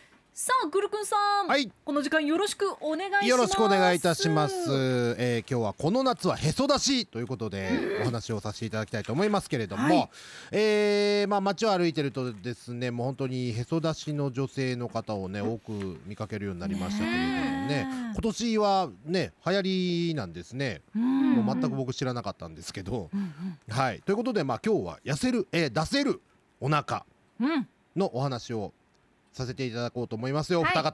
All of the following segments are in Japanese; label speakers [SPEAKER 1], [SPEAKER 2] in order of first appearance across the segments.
[SPEAKER 1] あグルくんさん、
[SPEAKER 2] はい
[SPEAKER 1] この時間よろしくお願いします
[SPEAKER 2] よろしくお願いいたします、えー今日はこの夏はへそ出しということでお話をさせていただきたいと思いますけれども、
[SPEAKER 1] はい
[SPEAKER 2] えーまあ、街を歩いてるとですねもう本当にへそ出しの女性の方をね多く見かけるようになりましたけれどもね
[SPEAKER 1] ねえ
[SPEAKER 2] 今年はね流行りなんですね
[SPEAKER 1] うん
[SPEAKER 2] もう全く僕知らなかったんですけど、はいということで、まあ、今日は痩せる、えー出せるお腹
[SPEAKER 1] うんなん
[SPEAKER 2] のお話をさせていただこうと思いますよ、お
[SPEAKER 3] はい
[SPEAKER 2] 二方。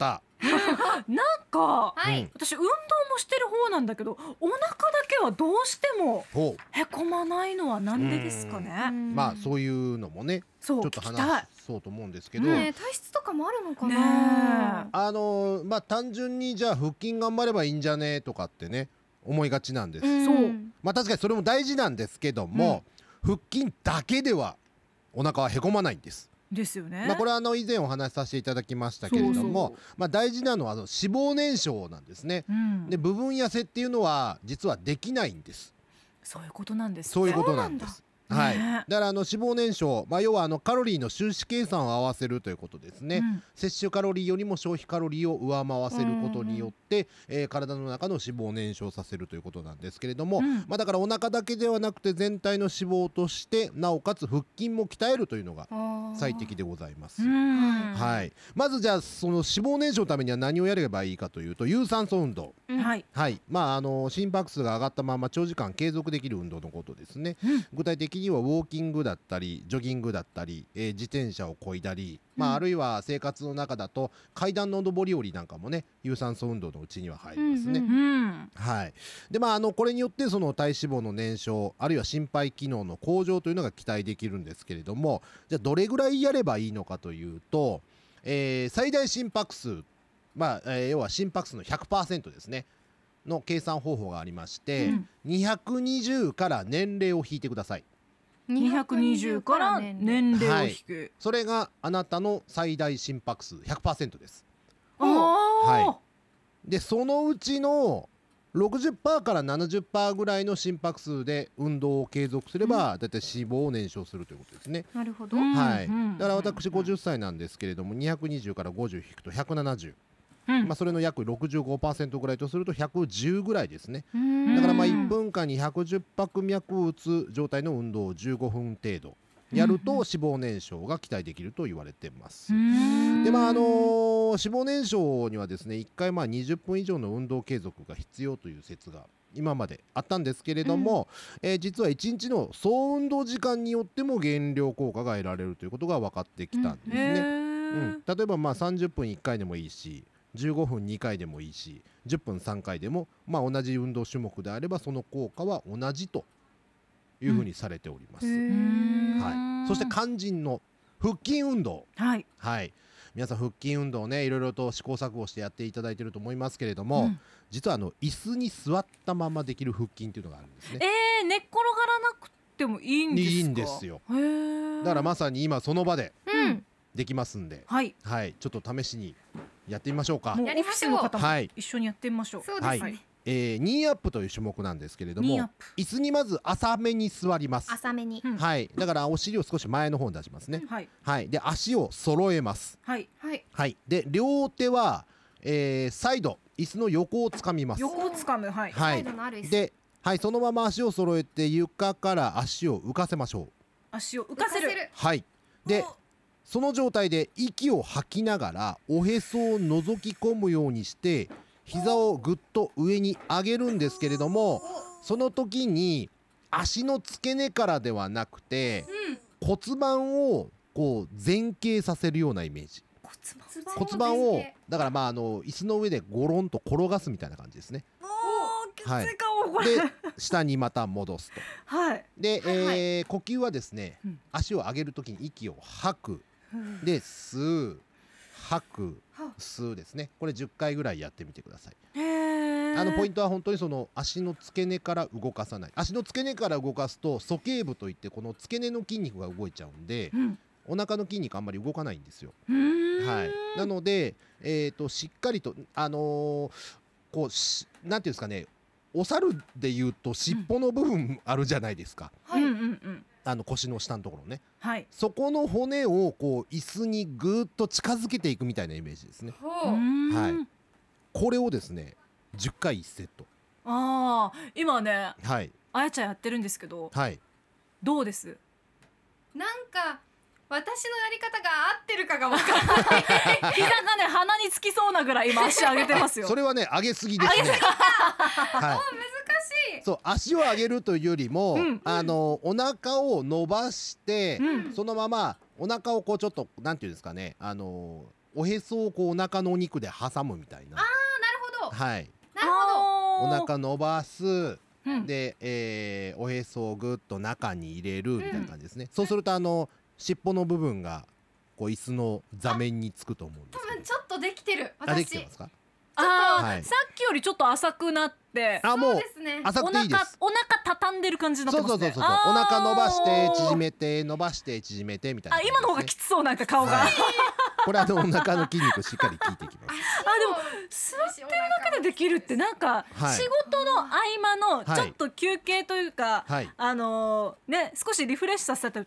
[SPEAKER 1] か
[SPEAKER 3] は
[SPEAKER 2] うん
[SPEAKER 3] い。
[SPEAKER 1] 私運動もしてる方なんだけどお腹だけはどうしても
[SPEAKER 2] ほ
[SPEAKER 1] へこまないのはなんでですかね
[SPEAKER 2] うまあ
[SPEAKER 3] う
[SPEAKER 2] そういうのもね
[SPEAKER 1] そう
[SPEAKER 2] ちょ
[SPEAKER 1] 聞
[SPEAKER 2] っと
[SPEAKER 1] きたい
[SPEAKER 2] 話そうと思うんですけど、
[SPEAKER 1] うん
[SPEAKER 3] ねえ体質とかもあるのか
[SPEAKER 1] ね
[SPEAKER 3] な。
[SPEAKER 2] あのーまあ単純にじゃあ腹筋頑張ればいいんじゃねとかってね思いがちなんです、
[SPEAKER 3] ん
[SPEAKER 1] そう
[SPEAKER 2] まあ確かにそれも大事なんですけども、腹筋だけではお腹はへこまないんです、
[SPEAKER 1] ですよね
[SPEAKER 2] まあ、これはあの以前お話しさせていただきましたけれども
[SPEAKER 1] そう
[SPEAKER 2] まあ、大事なのはあの脂肪燃焼なんですね
[SPEAKER 1] うん
[SPEAKER 2] で部分痩せっていうのは実はできないんです
[SPEAKER 1] そういうことなんですね
[SPEAKER 2] そういうことなんです
[SPEAKER 1] そうなん
[SPEAKER 2] は
[SPEAKER 1] だ
[SPEAKER 2] い、
[SPEAKER 1] ね
[SPEAKER 2] だからあの脂肪燃焼、まあ、要はあのカロリーの収支計算を合わせるということですね、
[SPEAKER 1] うん
[SPEAKER 2] 摂取カロリーよりも消費カロリーを上回せることによって、えー体の中の脂肪を燃焼させるということなんですけれども、
[SPEAKER 1] うん
[SPEAKER 2] まあ、だからお腹だけではなくて全体の脂肪としてなおかつ腹筋も鍛えるというのが
[SPEAKER 3] あー
[SPEAKER 2] 最適でございます。
[SPEAKER 1] うん
[SPEAKER 2] はい、まずじゃあその脂肪燃焼のためには何をやればいいかというと有酸素運動、
[SPEAKER 3] うん
[SPEAKER 1] はい
[SPEAKER 2] はいまあ、あの心拍数が上がったまま長時間継続できる運動のことですね、
[SPEAKER 1] うん
[SPEAKER 2] 具体的にはウォーキングだったりジョギングだったり、えー自転車をこいだり、ま
[SPEAKER 1] うん
[SPEAKER 2] あ、あるいは生活の中だと階段の上り下りなんかもね有酸素運動のうちには入りますね。
[SPEAKER 3] うん
[SPEAKER 1] うん
[SPEAKER 2] はいでまあ、あのこれによってその体脂肪の燃焼あるいは心肺機能の向上というのが期待できるんですけれどもじゃあどれぐらいやればいいのかというと、えー最大心拍数、まあえー要は心拍数の100%ですねの計算方法がありまして、
[SPEAKER 1] うん
[SPEAKER 2] 220から年齢を引いてください
[SPEAKER 1] 220から年齢を引く、
[SPEAKER 2] それがあなたの最大心拍数100%です
[SPEAKER 1] あー
[SPEAKER 2] はでそのうちの60%から70%ぐらいの心拍数で運動を継続すれば、だいたい脂肪を燃焼するということですね、
[SPEAKER 3] なるほど。
[SPEAKER 1] うん
[SPEAKER 2] はい
[SPEAKER 1] うん
[SPEAKER 2] だから私50歳なんですけれども220から50引くと170、
[SPEAKER 1] うん
[SPEAKER 2] まあ、それの約65%ぐらいとすると110ぐらいですね
[SPEAKER 3] うん
[SPEAKER 2] だからまあ
[SPEAKER 1] う
[SPEAKER 2] 1
[SPEAKER 1] ん
[SPEAKER 2] 分間に110拍脈を打つ状態の運動を15分程度やると
[SPEAKER 1] うん
[SPEAKER 2] 脂肪燃焼が期待できると言われてます
[SPEAKER 1] う。ん
[SPEAKER 2] でまああのー脂肪燃焼にはですね1回まあ20分以上の運動継続が必要という説が今まであったんですけれども、えー実は1日の総運動時間によっても減量効果が得られるということが分かってきたんです
[SPEAKER 1] へ
[SPEAKER 2] ね。
[SPEAKER 1] ー
[SPEAKER 2] うん、例えばまあ30分1回でもいいし15分2回でもいいし10分3回でも、まあ、同じ運動種目であればその効果は同じというふうにされております、
[SPEAKER 3] へー
[SPEAKER 1] うん
[SPEAKER 2] はい、そして肝心の腹筋運動
[SPEAKER 1] はい
[SPEAKER 2] はい皆さん腹筋運動ねいろいろと試行錯誤してやっていただいてると思いますけれども、
[SPEAKER 1] うん
[SPEAKER 2] 実はあの椅子に座ったままできる腹筋っていうのがあるんですね
[SPEAKER 1] えー、寝っ転がらなくてもいいんですか
[SPEAKER 2] いいんですよ
[SPEAKER 1] へー
[SPEAKER 2] だからまさに今その場で
[SPEAKER 3] うん。
[SPEAKER 2] できますんで
[SPEAKER 1] はい
[SPEAKER 2] はいちょっと試しにやってみましょうか
[SPEAKER 1] もうオ
[SPEAKER 3] や
[SPEAKER 1] フ
[SPEAKER 3] り
[SPEAKER 1] ィ
[SPEAKER 3] まし
[SPEAKER 1] ス
[SPEAKER 3] ょう
[SPEAKER 1] の方も
[SPEAKER 2] はい
[SPEAKER 1] 一緒にやってみましょう
[SPEAKER 3] そう
[SPEAKER 2] は
[SPEAKER 3] で
[SPEAKER 2] い
[SPEAKER 3] すね。
[SPEAKER 2] えー、ニーアップという種目なんですけれど
[SPEAKER 1] ニーアッ
[SPEAKER 2] も
[SPEAKER 1] プ
[SPEAKER 2] 椅子にまず浅めに座ります、
[SPEAKER 3] 浅めに
[SPEAKER 1] う。ん
[SPEAKER 2] はいだからお尻を少し前の方に出しますね、
[SPEAKER 1] はい
[SPEAKER 2] はいで足を揃えます
[SPEAKER 1] はい
[SPEAKER 3] はい。
[SPEAKER 2] はいで両手は、えー、サイド椅子の横をつかみます
[SPEAKER 1] 横をつかむはい
[SPEAKER 2] は
[SPEAKER 3] サ
[SPEAKER 2] い
[SPEAKER 3] イドのある椅子。
[SPEAKER 2] ではいそのまま足を揃えて床から足を浮かせましょう
[SPEAKER 1] 足を浮
[SPEAKER 3] 浮
[SPEAKER 1] かせる
[SPEAKER 2] はいでその状態で息を吐きながらおへそを覗き込むようにして膝をぐっと上に上げるんですけれどもその時に足の付け根からではなくて骨盤をこう前傾させるようなイメージ
[SPEAKER 3] 骨
[SPEAKER 2] 骨
[SPEAKER 3] 盤
[SPEAKER 2] 盤
[SPEAKER 3] を前
[SPEAKER 2] を
[SPEAKER 3] 傾
[SPEAKER 2] だからまああの椅子の上でゴロンと転がすみたいな感じですね
[SPEAKER 1] おーきついかもこれ
[SPEAKER 2] で下にまた戻すと
[SPEAKER 1] はい
[SPEAKER 2] で、
[SPEAKER 3] はいはい
[SPEAKER 2] えー呼吸はですね、
[SPEAKER 1] うん
[SPEAKER 2] 足を上げるときに息を吐くで吸う吐く
[SPEAKER 3] は
[SPEAKER 2] 吸うですねこれ10回ぐらいやってみてください、
[SPEAKER 1] あ
[SPEAKER 2] あのポイ
[SPEAKER 1] ン
[SPEAKER 2] ントは本当にその足の付け根から動かさない足の付け根から動かすと鼠径部といってこの付け根の筋肉が動いちゃうんで
[SPEAKER 1] うん
[SPEAKER 2] お腹の筋肉あんまり動かないんですよ、
[SPEAKER 1] うーん
[SPEAKER 2] はい、なので、えー、としっかりとあのーこうしなんていうんですかねお猿でいうと尻尾の部分あるじゃないですか、
[SPEAKER 3] は
[SPEAKER 1] う
[SPEAKER 3] い
[SPEAKER 1] ん。うんうん
[SPEAKER 2] あの腰の下のところね
[SPEAKER 1] はい。
[SPEAKER 2] そこの骨をこう椅子にぐーっと近づけていくみたいなイメージですね
[SPEAKER 1] うー
[SPEAKER 4] ほう。
[SPEAKER 1] ん
[SPEAKER 2] はいこれをですね10回1セット
[SPEAKER 1] ああ、今ね、
[SPEAKER 2] はい
[SPEAKER 1] あやちゃんやってるんですけど、
[SPEAKER 2] はい
[SPEAKER 1] どうです。
[SPEAKER 4] なんか私のやり方が合ってるかが分からない。
[SPEAKER 1] 膝がね、鼻につきそうなぐらい、今足上げてますよ
[SPEAKER 2] そ。れはね上げすぎですねはい
[SPEAKER 4] 難しい。
[SPEAKER 2] そう足を上げるというよりも、
[SPEAKER 1] うん
[SPEAKER 2] あのお腹を伸ばして、
[SPEAKER 1] うん。
[SPEAKER 2] そのままお腹をこうちょっとなんていうんですかねあのおへそをこうお腹のお肉で挟むみたいな
[SPEAKER 4] なるほ ど。
[SPEAKER 2] はい
[SPEAKER 4] なるほど。
[SPEAKER 2] お
[SPEAKER 1] あー。
[SPEAKER 2] 腹伸ばす
[SPEAKER 1] うん。
[SPEAKER 2] で、えーおへそをぐっと中に入れるみたいな感じですね、そうするとあの尻尾の部分がこう椅子の座面につくと思うんで
[SPEAKER 4] 多
[SPEAKER 2] すけ
[SPEAKER 4] 分
[SPEAKER 2] ど
[SPEAKER 4] ちょっとできてる。
[SPEAKER 2] あでき
[SPEAKER 4] 私。
[SPEAKER 2] てますか
[SPEAKER 1] ああ、
[SPEAKER 2] はい
[SPEAKER 1] さっきよりちょっと浅くなって。
[SPEAKER 2] あ
[SPEAKER 4] そう
[SPEAKER 2] もう
[SPEAKER 4] ですね。
[SPEAKER 2] 浅
[SPEAKER 1] お
[SPEAKER 2] くていいで
[SPEAKER 1] 腹
[SPEAKER 2] す
[SPEAKER 1] お腹畳んでる感じになっ
[SPEAKER 2] そ
[SPEAKER 1] て
[SPEAKER 2] う
[SPEAKER 1] ま
[SPEAKER 2] そう
[SPEAKER 1] す
[SPEAKER 2] そう
[SPEAKER 1] ね。
[SPEAKER 2] そうそうお腹伸ばして縮
[SPEAKER 1] て。
[SPEAKER 2] めて伸ばして縮めてみたいな
[SPEAKER 1] あ、
[SPEAKER 2] 感じですね、
[SPEAKER 1] 今の方がきつそうなんか顔が。
[SPEAKER 2] はいこれあのお腹の筋肉しっかり効いてきます
[SPEAKER 1] 座
[SPEAKER 4] 座ってるだ
[SPEAKER 1] でできるってなんか
[SPEAKER 2] はい
[SPEAKER 1] 仕事の合間
[SPEAKER 2] は
[SPEAKER 1] の
[SPEAKER 2] い
[SPEAKER 1] ちょっと休憩というか、
[SPEAKER 2] はい
[SPEAKER 1] あのーね少しリフレッシュさせた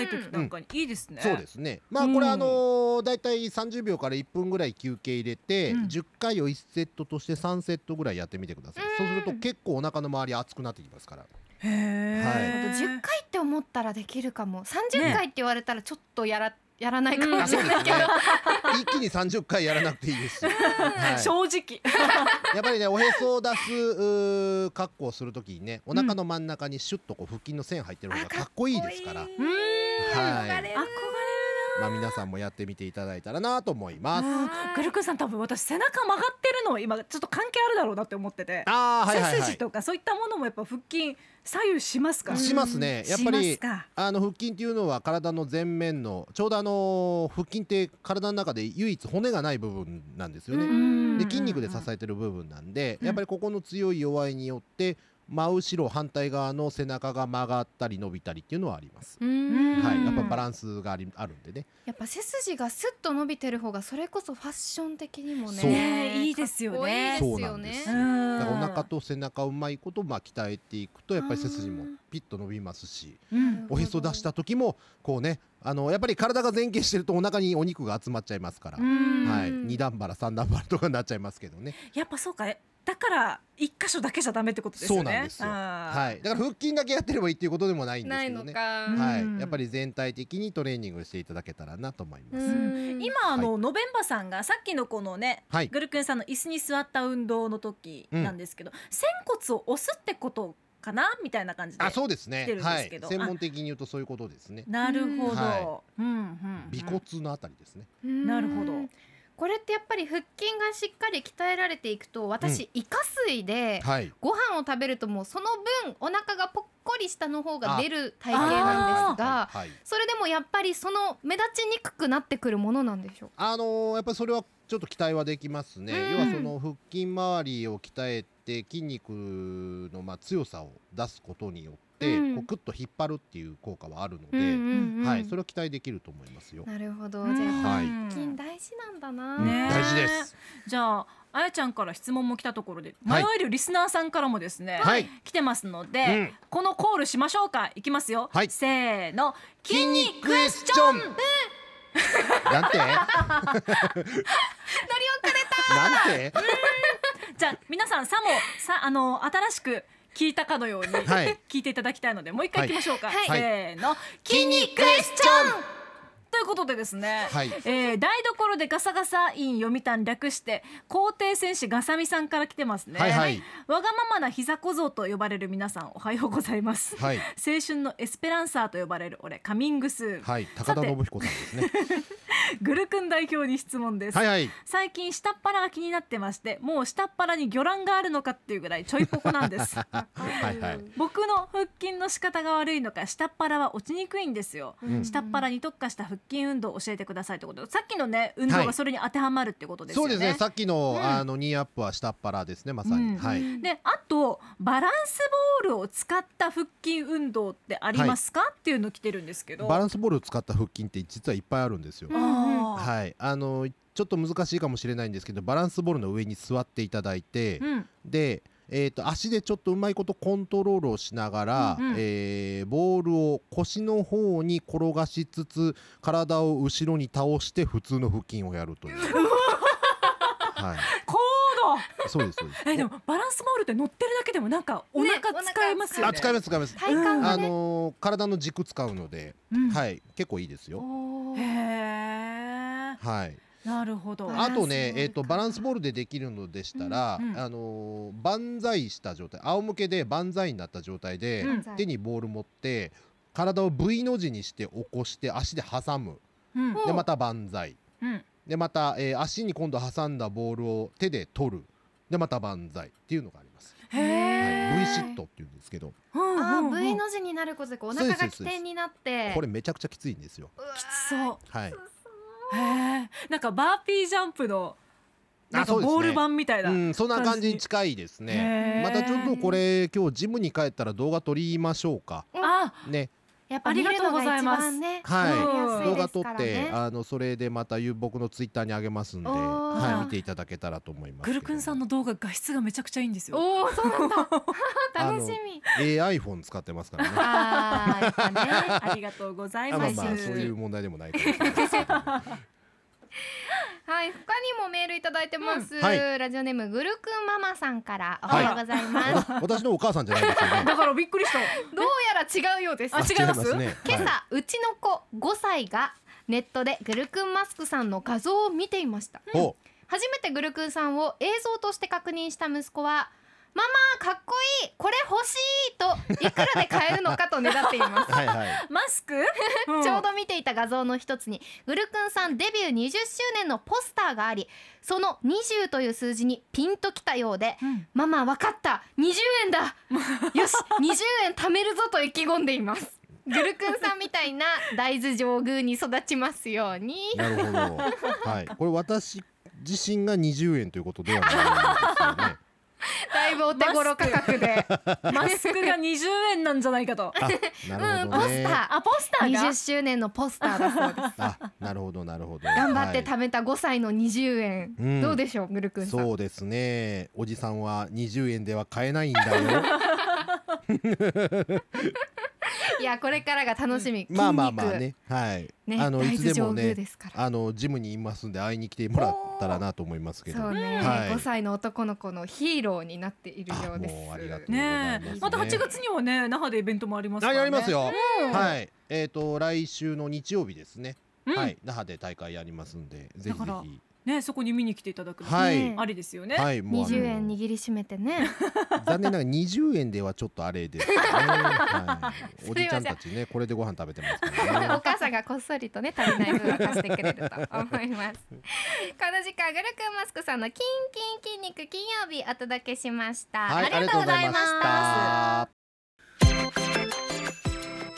[SPEAKER 1] い時なんかにいいですね。。
[SPEAKER 2] そうですすね。まあ
[SPEAKER 1] うん
[SPEAKER 2] これあのだいたい30秒から1分ぐらい休憩入れて、
[SPEAKER 1] うん
[SPEAKER 2] 10回を1セットとして3セットぐらいやってみてください。
[SPEAKER 4] うん
[SPEAKER 2] そうすると結構お腹の周り熱くなってきます から。
[SPEAKER 1] へえ。
[SPEAKER 2] は
[SPEAKER 3] 十回って思ったらできるかも。三十
[SPEAKER 1] ね
[SPEAKER 3] 回って言われたらちょっとやらやらないか
[SPEAKER 1] うん
[SPEAKER 3] も
[SPEAKER 2] あ
[SPEAKER 3] しれないけど。。
[SPEAKER 2] 一気に30回やらなくていい ですよ。は
[SPEAKER 1] 正直。
[SPEAKER 2] い。やっぱりねおへそを出すうー格好をするときにね、お腹の真ん中にシュッとこう腹筋の線入ってる方がかっこいいですから。
[SPEAKER 1] うーん。
[SPEAKER 2] は
[SPEAKER 4] 憧れ
[SPEAKER 2] い
[SPEAKER 4] る
[SPEAKER 1] 憧れる
[SPEAKER 2] まあ皆さんもやってみていただいたらなと思います。
[SPEAKER 1] な。グルクンさん多分私背中曲がってるの今ちょっと関係あるだろうなって思ってて。
[SPEAKER 2] ああはいはい
[SPEAKER 1] 背
[SPEAKER 2] は
[SPEAKER 1] 筋
[SPEAKER 2] い。
[SPEAKER 1] とかそういったものもやっぱ腹筋左右しますか。
[SPEAKER 2] しますね。やっぱ
[SPEAKER 1] しま
[SPEAKER 2] り
[SPEAKER 1] すか
[SPEAKER 2] あの腹筋っていうのは体の前面のちょうどあの腹筋って体の中で唯一骨がない部分なんですよ
[SPEAKER 1] う
[SPEAKER 2] ね。
[SPEAKER 1] ん
[SPEAKER 2] で筋肉で支えてる部分なんでやっぱりここの強い弱いによって真後ろ反対側の背中が曲がったり伸びたりっていうのはあります。
[SPEAKER 1] うん
[SPEAKER 2] はい、やっぱバランスがありあるんでね。
[SPEAKER 3] やっぱ背筋がスッと伸びてる方がそれこそファッション的にもね。
[SPEAKER 2] そう
[SPEAKER 1] ねえいいですよね
[SPEAKER 4] かっこいいです
[SPEAKER 2] そうな
[SPEAKER 4] よ
[SPEAKER 2] ん
[SPEAKER 4] ね。
[SPEAKER 2] です
[SPEAKER 1] うん
[SPEAKER 2] だからお腹と背中をうまいことまあ鍛えていくとやっぱり背筋もピッと伸びますし
[SPEAKER 1] うん
[SPEAKER 2] おへそ出した時もこうねあのやっぱり体が前傾してるとお腹にお肉が集まっちゃいますから
[SPEAKER 1] う。ん
[SPEAKER 2] はい、
[SPEAKER 3] うん
[SPEAKER 2] 二段腹三段腹とかになっちゃいますけどね。
[SPEAKER 1] やっぱそうかえだから一箇所だけじゃダメってことですよね
[SPEAKER 2] そうなんですよ
[SPEAKER 1] は
[SPEAKER 2] はい、だから腹筋だけやってればいいっていうことでもないんです
[SPEAKER 4] な
[SPEAKER 2] け
[SPEAKER 4] い
[SPEAKER 2] ど
[SPEAKER 4] の
[SPEAKER 2] ね。
[SPEAKER 4] か。
[SPEAKER 1] うん
[SPEAKER 2] はい、やっぱり全体的にトレーニングしていただけたらなと思います。
[SPEAKER 1] ん
[SPEAKER 4] 今
[SPEAKER 1] 今あの、ノベンバさんがさっきのこのね
[SPEAKER 2] はい、
[SPEAKER 1] グルクンさんの椅子に座った運動の時なんですけど、仙骨を押すってことかなみたいな感じで
[SPEAKER 2] あ、そうです
[SPEAKER 1] 来て
[SPEAKER 2] ね。
[SPEAKER 1] るん
[SPEAKER 2] は
[SPEAKER 1] です
[SPEAKER 2] い
[SPEAKER 1] け、ど
[SPEAKER 2] 専門的に言うとそういうことですね。
[SPEAKER 1] なるほど、
[SPEAKER 2] は
[SPEAKER 1] うんうん
[SPEAKER 2] 尾骨のあたりですね。
[SPEAKER 3] な
[SPEAKER 1] なるほど
[SPEAKER 3] これってやっぱり腹筋がしっかり鍛えられていくと私イカ水で
[SPEAKER 2] はい。
[SPEAKER 3] ご飯を食べるともうその分お腹がぽっこりしたの方が出る体型なんですが
[SPEAKER 2] はい。
[SPEAKER 3] それでもやっぱりその目立ちにくくなってくるものなんでしょう
[SPEAKER 2] あのーやっぱりそれはちょっと期待はできますね。
[SPEAKER 3] うん
[SPEAKER 2] 要はその腹筋周りを鍛えて筋肉のまあ強さを出すことによって、
[SPEAKER 3] うん
[SPEAKER 2] こうクッと引っ張るっていう効果はあるの
[SPEAKER 3] う
[SPEAKER 2] で、
[SPEAKER 3] んうんうん
[SPEAKER 2] はい、それは期待できると思いますよ。
[SPEAKER 3] なるほど
[SPEAKER 1] うん
[SPEAKER 3] じゃあやっぱ
[SPEAKER 2] はい
[SPEAKER 3] 腹筋大事なんだな、
[SPEAKER 1] ねえ
[SPEAKER 2] 大事です。
[SPEAKER 1] じゃああやちゃんから質問も来たところで
[SPEAKER 2] は
[SPEAKER 1] 迷
[SPEAKER 2] い
[SPEAKER 1] えるリスナーさんからもですね、
[SPEAKER 2] はい。
[SPEAKER 1] 来てますので、
[SPEAKER 2] うん
[SPEAKER 1] このコールしましょうかいきますよ、
[SPEAKER 2] はい
[SPEAKER 1] せーの筋肉
[SPEAKER 2] クエスチョン。 なんて。乗り遅れた。なん
[SPEAKER 1] じゃあ皆さんさもさあの新しく聞いたかのように
[SPEAKER 2] はい
[SPEAKER 1] 聞いていただきたいので、もう一回いきましょうか、
[SPEAKER 3] はい
[SPEAKER 2] はい
[SPEAKER 1] せーの筋肉クエスチョンということでですね
[SPEAKER 2] て。、はい。
[SPEAKER 1] えー台所でガサガサイン読谷略して皇帝戦士ガサミさんから来てますね、
[SPEAKER 2] はいはい
[SPEAKER 1] わがままな膝小僧と呼ばれる皆さんおはようございます、
[SPEAKER 2] はい。
[SPEAKER 1] 青春のエスペランサーと呼ばれる俺カミングスーン、
[SPEAKER 2] はい。高田信彦さんですね。
[SPEAKER 1] グルクン代表に質問です、
[SPEAKER 2] はいはい。
[SPEAKER 1] 最近下っ腹が気になってましてもう下っ腹に魚卵があるのかっていうぐらいちょいポコなんです
[SPEAKER 2] はいはい。
[SPEAKER 1] 僕の腹筋の仕方が悪いのか下っ腹は落ちにくいんですよ、
[SPEAKER 2] うん
[SPEAKER 1] 下っ腹に特化した腹筋運動を教えてくださいってことさっきのね運動
[SPEAKER 2] は
[SPEAKER 1] が
[SPEAKER 2] い
[SPEAKER 1] それに当てはまるってことです
[SPEAKER 2] そ
[SPEAKER 1] よ
[SPEAKER 2] う
[SPEAKER 1] ね、
[SPEAKER 2] ですね。さっきの、
[SPEAKER 1] うん
[SPEAKER 2] あのニーアップは下っ腹ですね。まさ
[SPEAKER 1] うん
[SPEAKER 2] に。はい。
[SPEAKER 1] であとバランスボールを使った腹筋運動ってありますか、っていうの来てるんですけど
[SPEAKER 2] バランスボールを使った腹筋って実はいっぱいあるんですよ。
[SPEAKER 1] あー
[SPEAKER 2] はい。あのちょっと難しいかもしれないんですけど、バランスボールの上に座っていただいて、
[SPEAKER 1] うん
[SPEAKER 2] で。えー、と足でちょっとうまいことコントロールをしながら、
[SPEAKER 1] うんうん
[SPEAKER 2] えーボールを腰の方に転がしつつ体を後ろに倒して普通の腹筋をやると いう。はい、
[SPEAKER 1] 高
[SPEAKER 2] そうですそうです
[SPEAKER 1] 度。 えでもバランスボールって乗ってるだけでもなんかお
[SPEAKER 3] ね
[SPEAKER 1] 腹使えますよ
[SPEAKER 2] あ
[SPEAKER 1] ね。
[SPEAKER 2] 使います使います。
[SPEAKER 3] 体幹が
[SPEAKER 2] あ
[SPEAKER 3] ね、
[SPEAKER 2] のー体の軸使うので、
[SPEAKER 1] うん
[SPEAKER 2] はい、結構いいですよ。
[SPEAKER 3] おー
[SPEAKER 1] へえ。
[SPEAKER 2] はい。
[SPEAKER 1] なるほど。
[SPEAKER 3] バラン
[SPEAKER 2] あ
[SPEAKER 3] ス
[SPEAKER 2] とね、
[SPEAKER 3] ボール
[SPEAKER 2] えっ、とバランスボールでできるのでしたら、
[SPEAKER 1] うんうん
[SPEAKER 2] あのー万歳した状態、仰向けで万歳になった状態で、
[SPEAKER 1] うん
[SPEAKER 2] 手にボール持って、体を V の字にして起こして足で挟む。
[SPEAKER 1] うん
[SPEAKER 2] でまた万歳。
[SPEAKER 1] うん
[SPEAKER 2] でまた、えー足に今度挟んだボールを手で取る。でまた万歳っていうのがあります。
[SPEAKER 1] へ
[SPEAKER 2] はい
[SPEAKER 1] え。、
[SPEAKER 2] v シットって言うんですけど、
[SPEAKER 1] うんうん
[SPEAKER 3] あ
[SPEAKER 1] うん
[SPEAKER 3] ー V の字になることでこうお
[SPEAKER 2] そうで
[SPEAKER 3] 腹
[SPEAKER 2] すそう
[SPEAKER 3] が
[SPEAKER 2] です
[SPEAKER 3] 起点になって
[SPEAKER 2] これめちゃくちゃきついんですよ。
[SPEAKER 4] うわー
[SPEAKER 1] きつそう。
[SPEAKER 2] はい。
[SPEAKER 1] へえ。なんかバーピージャンプのなん
[SPEAKER 2] あ
[SPEAKER 1] か
[SPEAKER 2] そうですね
[SPEAKER 1] ボール版みたいな。
[SPEAKER 2] うん、そんな感じに近いですね。
[SPEAKER 1] へえ
[SPEAKER 2] またちょっとこれ今日ジムに帰ったら動画撮りましょうか。
[SPEAKER 1] あ
[SPEAKER 2] ね、
[SPEAKER 3] やっぱ見るのが一
[SPEAKER 1] あ
[SPEAKER 3] 番ね
[SPEAKER 2] はい
[SPEAKER 3] わかり
[SPEAKER 2] 動
[SPEAKER 3] や
[SPEAKER 2] 画
[SPEAKER 3] す
[SPEAKER 2] 撮
[SPEAKER 3] いです
[SPEAKER 2] っ
[SPEAKER 3] から
[SPEAKER 2] て、
[SPEAKER 3] ね
[SPEAKER 2] あのそれでまたゆ僕のツイッターにあげますんで、
[SPEAKER 3] おー
[SPEAKER 2] はい、見ていただけたらと思いますけど
[SPEAKER 1] グ
[SPEAKER 2] も。
[SPEAKER 1] ルクンさんの動画画質がめちゃくちゃいいんですよ。
[SPEAKER 3] おおそうなんだ 楽しみ
[SPEAKER 2] AI フォン使ってますからね。
[SPEAKER 3] あーやっぱね
[SPEAKER 1] ありがとうござい
[SPEAKER 2] あま
[SPEAKER 1] ま
[SPEAKER 2] あ
[SPEAKER 1] す。
[SPEAKER 2] まあそういう問題でもないかもしれないです けど
[SPEAKER 4] はい、他にもメールいただいてます。
[SPEAKER 2] うんは
[SPEAKER 4] ラジオネームぐるくんママさんから。お
[SPEAKER 1] はい
[SPEAKER 4] はようございます。
[SPEAKER 2] 私のお母さんじゃないですよね。
[SPEAKER 1] だからびっくりした。
[SPEAKER 4] どうやら違うようです
[SPEAKER 1] あ。違います
[SPEAKER 2] ね。
[SPEAKER 3] 今
[SPEAKER 2] はい
[SPEAKER 3] 朝うちの子5歳がネットでグルクンマスクさんの画像を見ていました
[SPEAKER 2] お
[SPEAKER 3] 初めてグルクンさんを映像として確認した息子はママかっこいいこれ欲しいといくらで買えるのかとねだっています
[SPEAKER 2] はいはい。
[SPEAKER 1] マスク？
[SPEAKER 3] ちょう
[SPEAKER 1] ど。
[SPEAKER 3] ど見ていた画像の一つにグルクンさんデビュー20周年のポスターがありその20という数字にピンときたようで
[SPEAKER 1] うん
[SPEAKER 3] ママわかった20円 だよし20円貯めるぞと意気込んでいますグルクンさんみたいな大豆上宮に育ちますように
[SPEAKER 2] なるほど。 はい。これ私自身が20円ということではないんですよね。
[SPEAKER 3] だいぶお手頃価格で
[SPEAKER 1] マスクが20円なんじゃないかと。
[SPEAKER 2] あな
[SPEAKER 3] う
[SPEAKER 2] る
[SPEAKER 3] ん
[SPEAKER 2] ほ
[SPEAKER 3] ポス
[SPEAKER 2] どね。
[SPEAKER 3] タ
[SPEAKER 1] あポスタ
[SPEAKER 3] ー
[SPEAKER 1] ーが
[SPEAKER 3] 20。周年のポスターだそう です
[SPEAKER 2] あなるほどなるほど。
[SPEAKER 3] 頑張って
[SPEAKER 2] はい
[SPEAKER 3] 貯めた5歳の20円、
[SPEAKER 2] うん
[SPEAKER 3] どうでしょうグルクンさん
[SPEAKER 2] そうですねおじさんは20円では買えないんだ よ
[SPEAKER 3] いやこれからが楽しみ、筋肉
[SPEAKER 2] まあまあまあねはい
[SPEAKER 3] ね
[SPEAKER 2] あの
[SPEAKER 3] 大
[SPEAKER 2] いつ
[SPEAKER 3] 豆
[SPEAKER 2] で
[SPEAKER 3] 上
[SPEAKER 2] も
[SPEAKER 3] 宮
[SPEAKER 2] ね
[SPEAKER 3] ですから、
[SPEAKER 2] あのジムにいますんで会いに来てもらったらなと思いますけど
[SPEAKER 3] そうね、
[SPEAKER 2] はい
[SPEAKER 3] 5歳の男の子のヒーローになっているよ
[SPEAKER 2] あ
[SPEAKER 3] うです
[SPEAKER 2] もうありがとうござい
[SPEAKER 1] ね
[SPEAKER 2] ます、
[SPEAKER 1] え
[SPEAKER 2] ね、
[SPEAKER 1] また8月にはね那覇でイベントもありますか
[SPEAKER 2] あ
[SPEAKER 1] らね。
[SPEAKER 2] やりますよ、
[SPEAKER 1] うん。
[SPEAKER 2] はいえっ、と来週の日曜日ですね、
[SPEAKER 1] うん
[SPEAKER 2] はい那覇で大会やりますんでぜひぜ
[SPEAKER 1] だからねそこに見に来ていただくのも
[SPEAKER 2] はい
[SPEAKER 3] ね
[SPEAKER 1] ありですよ
[SPEAKER 2] ひ
[SPEAKER 1] ね。
[SPEAKER 2] はいもうあの
[SPEAKER 3] 20円握りしめてね
[SPEAKER 2] 残念ながら20円ではちょっとあれですね、はい、おじちゃんたちねこれでご飯食べてますか
[SPEAKER 3] お
[SPEAKER 2] らね
[SPEAKER 3] 母さんがこっそりとね足りない分は貸してくれると思います
[SPEAKER 4] この時間グルクンマスクさんのキンキン筋肉金曜日お届けしました、
[SPEAKER 2] はい
[SPEAKER 4] ありがとうございまし
[SPEAKER 2] ありがとうござい
[SPEAKER 4] た
[SPEAKER 2] ました